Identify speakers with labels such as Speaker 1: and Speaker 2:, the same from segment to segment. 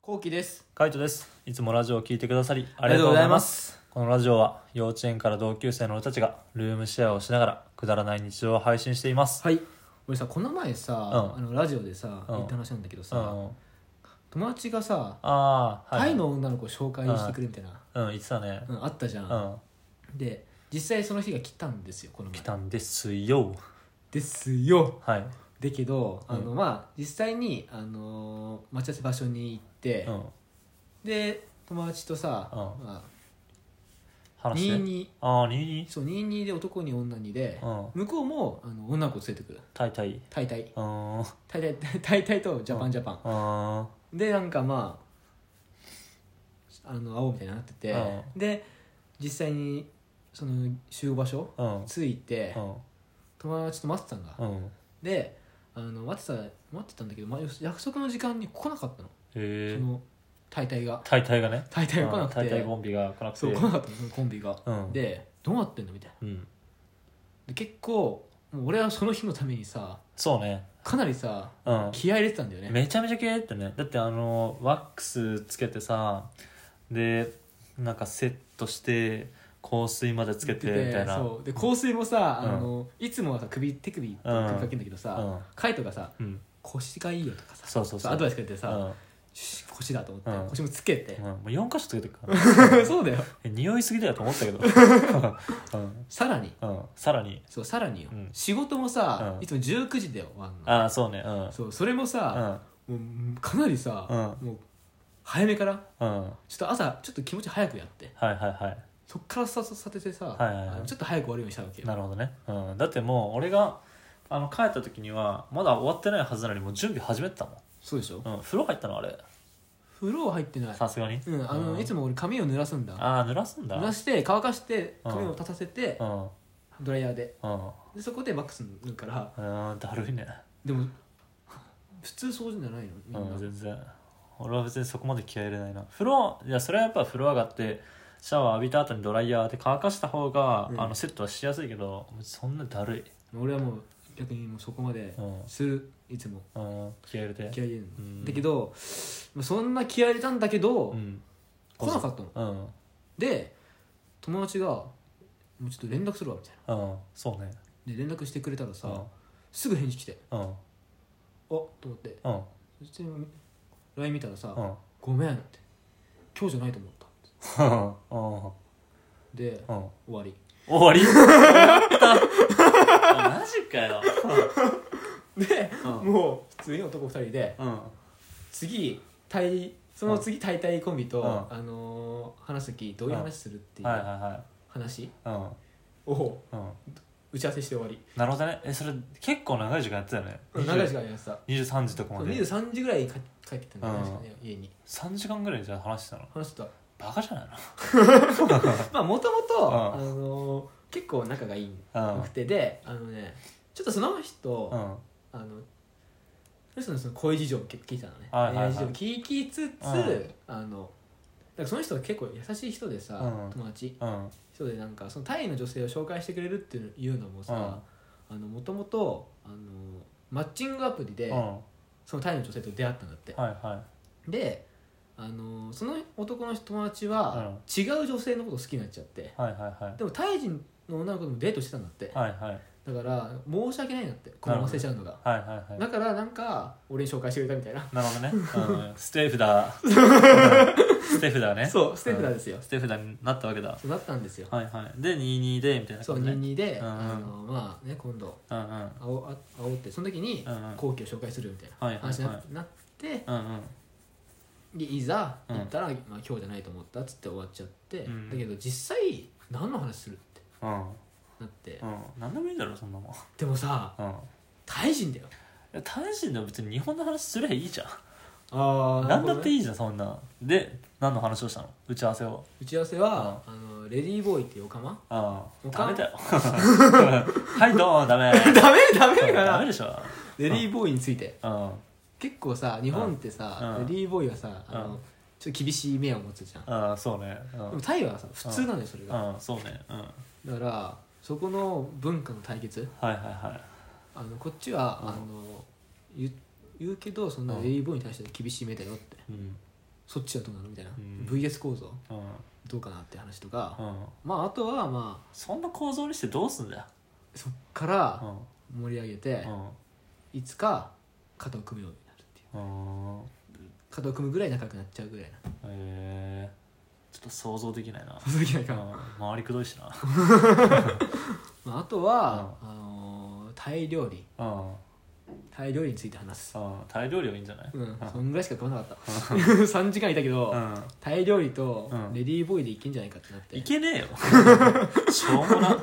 Speaker 1: こうきです。
Speaker 2: カイトです。いつもラジオを聞いてくださりあ
Speaker 1: あ
Speaker 2: りがとうございます。
Speaker 1: す。
Speaker 2: このラジオは幼稚園から同級生の俺たちがルームシェアをしながらくだらない日常を配信しています。
Speaker 1: はい。俺さこの前さ、
Speaker 2: う
Speaker 1: あのラジオでさ、
Speaker 2: うん
Speaker 1: 言った話なんだけど
Speaker 2: うん、
Speaker 1: さ、友達がさ、
Speaker 2: ああ、
Speaker 1: タイの女の子を紹介してくれみたいな、
Speaker 2: うん、言ってたね
Speaker 1: う。んあったじゃ。
Speaker 2: うんん、
Speaker 1: で実際その日が来たんですよこの
Speaker 2: 来
Speaker 1: 前。
Speaker 2: たんですよ。
Speaker 1: ですよ。
Speaker 2: はい。
Speaker 1: だけど
Speaker 2: う
Speaker 1: あ
Speaker 2: ん
Speaker 1: のまあ実際にあの待ち合わせ場所に行って
Speaker 2: う、ん、
Speaker 1: で友達とさ、
Speaker 2: うん
Speaker 1: まあ二
Speaker 2: 話ね。
Speaker 1: 二
Speaker 2: ああ、22?
Speaker 1: そう二二で男に女にで
Speaker 2: う、ん、
Speaker 1: 向こうもあの女の子連れてくる。
Speaker 2: タイタイ。
Speaker 1: 大体
Speaker 2: うん、うん、
Speaker 1: 大体大体とジャパンジャパン。
Speaker 2: あ
Speaker 1: でなんかまああの青みたいになってて、
Speaker 2: う
Speaker 1: で実際にその集合場所
Speaker 2: うん、
Speaker 1: 着いて、
Speaker 2: うん、
Speaker 1: 友達と待ってたんだ、
Speaker 2: うん。
Speaker 1: であの待ってた待ってたんだけど、まあ、約束の時間に来なかったの、
Speaker 2: へえ
Speaker 1: そ。の大体が
Speaker 2: タイタイがね。
Speaker 1: 大体が来なくて
Speaker 2: タイタイボンビが来なくて。
Speaker 1: そう来なかったのそのコンビが、
Speaker 2: うん
Speaker 1: でどうなってんのみたいな
Speaker 2: うん。
Speaker 1: で結構もう俺はその日のためにさ
Speaker 2: そうね。
Speaker 1: かなりさ
Speaker 2: うん。
Speaker 1: 気合い入れてたんだよね
Speaker 2: めちゃめちゃ綺麗ってねだってあのワックスつけてさでなんかセットして香水までつけてみたいな
Speaker 1: そうで香水もさ、
Speaker 2: うん
Speaker 1: あのいつもはさ首手首って首かけるんだけどさ、
Speaker 2: うん
Speaker 1: カイトがさ
Speaker 2: うん、
Speaker 1: 腰がいいよとかさ
Speaker 2: そうそうそう
Speaker 1: アドバイスくれてさ、
Speaker 2: うん
Speaker 1: シュッ腰だと思って、
Speaker 2: うん
Speaker 1: 腰もつけて
Speaker 2: うん、、もう4箇所つけてるか ら
Speaker 1: そうだよ
Speaker 2: え匂いすぎだよと思っ たけど、うん
Speaker 1: さらに
Speaker 2: うん、さらに
Speaker 1: そうさらによ、
Speaker 2: うん
Speaker 1: 仕事もさ、
Speaker 2: うん
Speaker 1: いつも19時だよ終わんの
Speaker 2: ああそうねうん
Speaker 1: そうそれもさ、もうかなりさ、もう早めから
Speaker 2: うん、うん、
Speaker 1: ちょっと朝ちょっと気持ち早くやって
Speaker 2: はいはいはい
Speaker 1: そっからスタートさせてさ、
Speaker 2: はいはいはい
Speaker 1: あのちょっと早く終わるようにしたわけよ
Speaker 2: なるほどね、うん、だってもう俺があの帰った時にはまだ終わってないはずなのにもう準備始めてたも
Speaker 1: そうでしょ、
Speaker 2: ん、うん、風呂入ったのあれ
Speaker 1: 風呂は入ってない
Speaker 2: さすがに
Speaker 1: うんあの、いつも俺髪を濡らすんだ
Speaker 2: ああ濡らすんだ
Speaker 1: 濡らして乾かして髪を立たせて、
Speaker 2: うん
Speaker 1: ドライヤーで
Speaker 2: うん
Speaker 1: でそこでマックス塗るから
Speaker 2: うんだるいね、
Speaker 1: でも普通そうじゃないのみんな、
Speaker 2: うん、全然俺は別にそこまで気合い入れないな風呂いやそれはやっぱ風呂上がってシャワー浴びた後にドライヤーで乾かした方が、
Speaker 1: うん
Speaker 2: あのセットはしやすいけどそんなだるい、
Speaker 1: 俺はもう逆にもうそこまで
Speaker 2: うん
Speaker 1: するいつも
Speaker 2: うん、気合い入れて
Speaker 1: 気合い入れる
Speaker 2: う
Speaker 1: の
Speaker 2: ん
Speaker 1: だけどまあそんな気合い入れたんだけど、
Speaker 2: うん
Speaker 1: 来なかったの
Speaker 2: うん
Speaker 1: で友達が「もうちょっと連絡するわ」みたい
Speaker 2: うんそうね
Speaker 1: なで連絡してくれたらさ、
Speaker 2: うん
Speaker 1: すぐ返事来て
Speaker 2: うん
Speaker 1: 「あと思って
Speaker 2: うん
Speaker 1: そして LINE 見たらさ
Speaker 2: う
Speaker 1: 「
Speaker 2: ん
Speaker 1: ごめん」って「今日じゃないと思った
Speaker 2: うんうん」
Speaker 1: で
Speaker 2: うん
Speaker 1: 終わり
Speaker 2: 終わり やったマジかよ
Speaker 1: で、
Speaker 2: うん
Speaker 1: もう普通に男2人で
Speaker 2: うん
Speaker 1: 次対その次大体コンビと、
Speaker 2: うん
Speaker 1: あのー話す時どういう話するっていう
Speaker 2: はいは
Speaker 1: 話
Speaker 2: いはい
Speaker 1: を
Speaker 2: うんうん
Speaker 1: 打ち合わせして終わり
Speaker 2: なるほどねえそれ結構長い時間やってたよね
Speaker 1: 長い時間やってた
Speaker 2: 23時とかまで
Speaker 1: 23時ぐらいに帰帰ってきたんだよね、確かね家に
Speaker 2: 3時間ぐらいじゃあ話してたの
Speaker 1: 話してた
Speaker 2: バカじゃない
Speaker 1: まあもとも
Speaker 2: う
Speaker 1: と
Speaker 2: ん
Speaker 1: あのー結構仲がいい
Speaker 2: の
Speaker 1: くてであのねちょっとその人、
Speaker 2: うんうん
Speaker 1: あのその人のその恋事情を結構聞いたのね、
Speaker 2: はいはいはい
Speaker 1: 恋愛事情を聞きつつ、
Speaker 2: うん
Speaker 1: あのだからその人は結構優しい人でさ、
Speaker 2: うん
Speaker 1: 友達
Speaker 2: うん
Speaker 1: そうでなんかそのタイの女性を紹介してくれるっていうのもさもともとマッチングアプリで、
Speaker 2: うんは
Speaker 1: そのタイの女性と出会ったんだって
Speaker 2: い、は
Speaker 1: であのその男の友達は違う女性のこと好きになっちゃって、
Speaker 2: いはいはいはい
Speaker 1: でもタイ人の女の子ともデートしてたんだって、
Speaker 2: はいはい
Speaker 1: だから申し訳ないんだってこの忘れちゃうのが、
Speaker 2: はいはいはい
Speaker 1: だからなんか俺に紹介してくれたみたいな、
Speaker 2: なるほどねうんステーフだ うんステーフだね
Speaker 1: そうステップなんですよ、
Speaker 2: ステーフだになったわけだ
Speaker 1: そうなったんですよ、
Speaker 2: はいはいで22でみたいな
Speaker 1: そう
Speaker 2: 感じね
Speaker 1: 22で、
Speaker 2: うんうん
Speaker 1: あのまあね今度
Speaker 2: うんうん
Speaker 1: あおあおってその時に
Speaker 2: うんうん
Speaker 1: 後期を紹介するみたい
Speaker 2: は
Speaker 1: な
Speaker 2: いはいはい
Speaker 1: 話にな,、なって
Speaker 2: うんうん
Speaker 1: でいざ
Speaker 2: うん
Speaker 1: 行ったら、まあ、今日じゃないと思ったっつって終わっちゃって、
Speaker 2: うん
Speaker 1: だけど実際何の話するって
Speaker 2: うん
Speaker 1: なって、
Speaker 2: うん何でもいいだろそんなもん
Speaker 1: でもさ
Speaker 2: うんい
Speaker 1: タイ人だよ
Speaker 2: や単身でも別に日本の話すりゃいいじゃん
Speaker 1: あ
Speaker 2: 何だって
Speaker 1: い
Speaker 2: いいじゃんそんなで何の話をしたの打ち合わせを
Speaker 1: 打ち合わせは、あのレディーボーイっていうオカマ
Speaker 2: ああ
Speaker 1: お
Speaker 2: ダ
Speaker 1: かん
Speaker 2: メだよ はいどう もダメ
Speaker 1: ダメダメか
Speaker 2: ダメ
Speaker 1: な
Speaker 2: でしょ
Speaker 1: レディーボーイについて
Speaker 2: うんうん
Speaker 1: 結構さ日本ってさ、
Speaker 2: うん
Speaker 1: レディーボーイはさあの、
Speaker 2: うん
Speaker 1: ちょっと厳しい目を持つじゃん、
Speaker 2: ああそうねう
Speaker 1: で
Speaker 2: ん
Speaker 1: もタイはさ普通なのよそれが、
Speaker 2: うんそうねうんはい
Speaker 1: だからそこの文化の対決、
Speaker 2: はいはい
Speaker 1: あのこっちは、
Speaker 2: うん
Speaker 1: あの言う言うけどそんな
Speaker 2: うん
Speaker 1: レイボーイに対して厳しい目だよって
Speaker 2: うん
Speaker 1: そっちはどうなのみたいな、
Speaker 2: うん
Speaker 1: VS 構造
Speaker 2: うん
Speaker 1: どうかなって話とか、
Speaker 2: うん
Speaker 1: まああとはまあ
Speaker 2: そんな構造にしてどうすんだよ
Speaker 1: そっか
Speaker 2: う
Speaker 1: ら
Speaker 2: ん
Speaker 1: 盛り上げて
Speaker 2: う、ん
Speaker 1: いつか肩を組むようになるっていう
Speaker 2: うん
Speaker 1: 肩を組むぐらい仲良くなっちゃうぐらいな
Speaker 2: えー、ちょっと想像できない な
Speaker 1: その時なんか
Speaker 2: うん周りくどいしな
Speaker 1: まあ、あとは、あのータイ料理
Speaker 2: うん
Speaker 1: タイ料理について話す
Speaker 2: うんタイ料理はいいんじゃない
Speaker 1: うん
Speaker 2: うん
Speaker 1: そんぐらいしか食わなかった 3時間いたけど、
Speaker 2: うん
Speaker 1: タイ料理と
Speaker 2: うん
Speaker 1: レディーボーイでいけんじゃないかってなって
Speaker 2: いけね えよしょうもな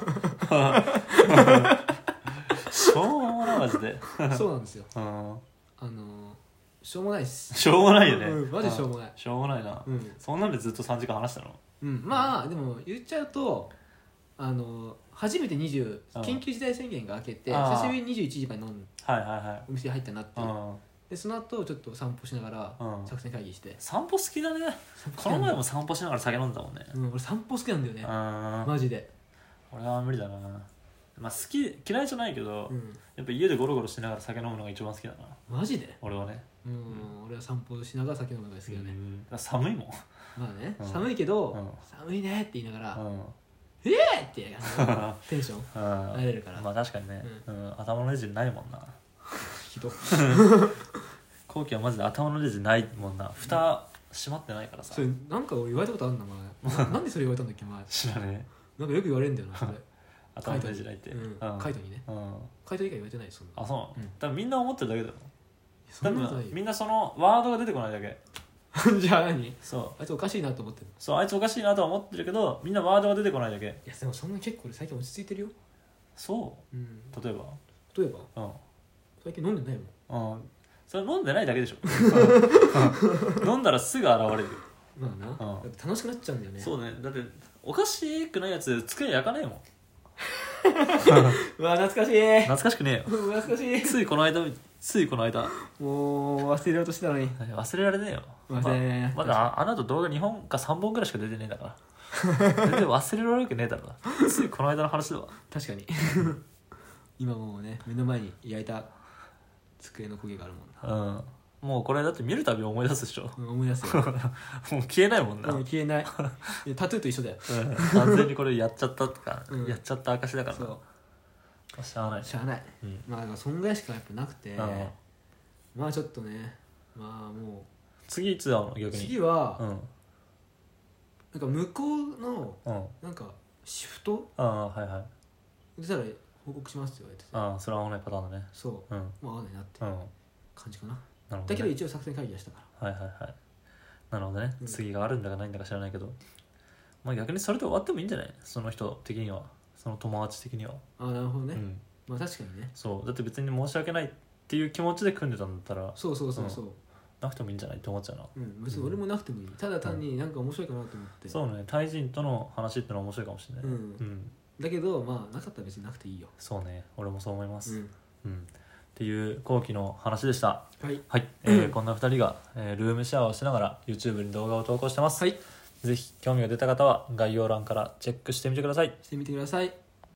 Speaker 2: しょうもなマジで、
Speaker 1: そうなんですよ
Speaker 2: うん、
Speaker 1: あのーしょうもないっす
Speaker 2: しょうもないよね、
Speaker 1: うんマジしょう
Speaker 2: も
Speaker 1: もない
Speaker 2: しょうもないな、
Speaker 1: うん、
Speaker 2: そんなんでずっと3時間話したの
Speaker 1: うん、まあでも言っちゃうとあのー初めて20
Speaker 2: うん
Speaker 1: 緊急事態宣言が明けて
Speaker 2: あー
Speaker 1: 久しぶりに21時まで飲ん
Speaker 2: はいは
Speaker 1: お店入ったなって
Speaker 2: い
Speaker 1: いう
Speaker 2: は
Speaker 1: でその後ちょっと散歩しながら
Speaker 2: いうん、うん、
Speaker 1: 作戦会議して
Speaker 2: 散歩好きだねこの前も散歩しながら酒飲んでたもんね
Speaker 1: うん、俺散歩好きなんだよ
Speaker 2: う
Speaker 1: ね
Speaker 2: ん、俺
Speaker 1: マジで、
Speaker 2: は無理だなまあ好き嫌いじゃないけど、
Speaker 1: うん、
Speaker 2: やっぱ家でゴロゴロしながら酒飲むのが一番好きだな
Speaker 1: マジで、
Speaker 2: 俺はね
Speaker 1: うん俺は散歩しながら酒飲むのが好きだね、
Speaker 2: うん寒いもん
Speaker 1: まあね、
Speaker 2: うん
Speaker 1: 寒いけど、
Speaker 2: うん
Speaker 1: 寒いねって言いながら、
Speaker 2: うん、
Speaker 1: えーってあの テンション
Speaker 2: うん
Speaker 1: 慣れるから
Speaker 2: まあ確かにね、うん頭のレジないもんな
Speaker 1: ひど
Speaker 2: 後期はマジで頭のレジないもんな蓋閉まってないからさ
Speaker 1: それなんか俺言われたことあるんだ 前ななんでそれ言われたんだっけ前なんか
Speaker 2: 知らね
Speaker 1: よく言われるんだよなそれ、
Speaker 2: え頭のレジないって
Speaker 1: うん
Speaker 2: うん
Speaker 1: カイトにね
Speaker 2: うん
Speaker 1: カイト以外言われてないそんな
Speaker 2: あそうなの、
Speaker 1: うん
Speaker 2: 多分みんな思ってるだけだよ
Speaker 1: そ
Speaker 2: 多
Speaker 1: んなことない
Speaker 2: 分
Speaker 1: よ
Speaker 2: みんなそのワードが出てこないだけ
Speaker 1: じゃあ何
Speaker 2: そう
Speaker 1: あいつおかしいなと思ってる
Speaker 2: そうあいつおかしいなとは思ってるけどみんなワードが出てこないだけ
Speaker 1: いやでもそんな結構俺最近落ち着いてるよ、
Speaker 2: そ
Speaker 1: うん、
Speaker 2: う例えば
Speaker 1: 例えば
Speaker 2: うん
Speaker 1: 最近飲んでないもん
Speaker 2: うん、それ飲んでないだけでしょ、うん飲んだらすぐ現れる、
Speaker 1: まあな、
Speaker 2: う
Speaker 1: や
Speaker 2: ん
Speaker 1: っぱ楽しくなっちゃうんだよね
Speaker 2: そうねだっておかしくないやつ机焼かねえもん
Speaker 1: うわ懐かしいう
Speaker 2: 懐かしくねえよ
Speaker 1: わ懐かしい
Speaker 2: ついこの間ついこの間
Speaker 1: もう忘れようとしてたのに
Speaker 2: 忘れられねえよ
Speaker 1: 忘れられない
Speaker 2: まあまだあの後動画2本か3本ぐらいしか出てねえんだから 全然忘れられるわけねえだろついこの間の話だわ
Speaker 1: 確かに 今もうね目の前に焼いた机の焦げがあるもんな
Speaker 2: うんもうこれだって見るたび思い出すでしょ
Speaker 1: うん思い出すよ
Speaker 2: もう消えないもんな、
Speaker 1: うん消えないいやタトゥーと一緒だよ
Speaker 2: うん完全にこれやっちゃったとか、
Speaker 1: うん
Speaker 2: やっちゃった証だからな
Speaker 1: そ
Speaker 2: しゃあないう
Speaker 1: しゃあない
Speaker 2: うん
Speaker 1: まあだからそんぐらいしかやっぱなくて
Speaker 2: うん
Speaker 1: まあちょっとねまあも
Speaker 2: 次いつ会うの
Speaker 1: う
Speaker 2: 逆に
Speaker 1: 次は
Speaker 2: うん
Speaker 1: なんか向こうの
Speaker 2: うん
Speaker 1: なんかシフト
Speaker 2: ああはいはい
Speaker 1: 出たら報告しますって言われてて
Speaker 2: ああそれは合わないパターンだね
Speaker 1: そ
Speaker 2: うんうん
Speaker 1: うまあ合わないなって
Speaker 2: なる
Speaker 1: 感じかな
Speaker 2: ほど、ね、
Speaker 1: だけど一応作戦会議はしたから
Speaker 2: はいはいはいなるほどね、
Speaker 1: うん
Speaker 2: 次があるんだかないんだか知らないけどまあ逆にそれで終わってもいいんじゃないその人的にはその友達的には、
Speaker 1: ああなるほど
Speaker 2: う
Speaker 1: ね
Speaker 2: ん
Speaker 1: まあ確かにね
Speaker 2: そうだって別に申し訳ないっていう気持ちで組んでたんだったら
Speaker 1: そうそうそうそう
Speaker 2: なくてもいいんじゃないって思っちゃうな
Speaker 1: うん、別に俺もなくてもいい、ただ単になんか面白いかなと思って、
Speaker 2: そうねタイ人との話ってのは面白いかもしれない、
Speaker 1: うん
Speaker 2: うん、
Speaker 1: だけどまあなかったら別になくていいよ、
Speaker 2: そうね俺もそう思いま
Speaker 1: う
Speaker 2: す、
Speaker 1: ん、
Speaker 2: うんっていう後期の話でした
Speaker 1: はい
Speaker 2: はい、えーこんな2人が、えールームシェアをしながら YouTube に動画を投稿してます、
Speaker 1: はい
Speaker 2: ぜひ興味が出た方は概要欄からチェックしてみてください
Speaker 1: してみてください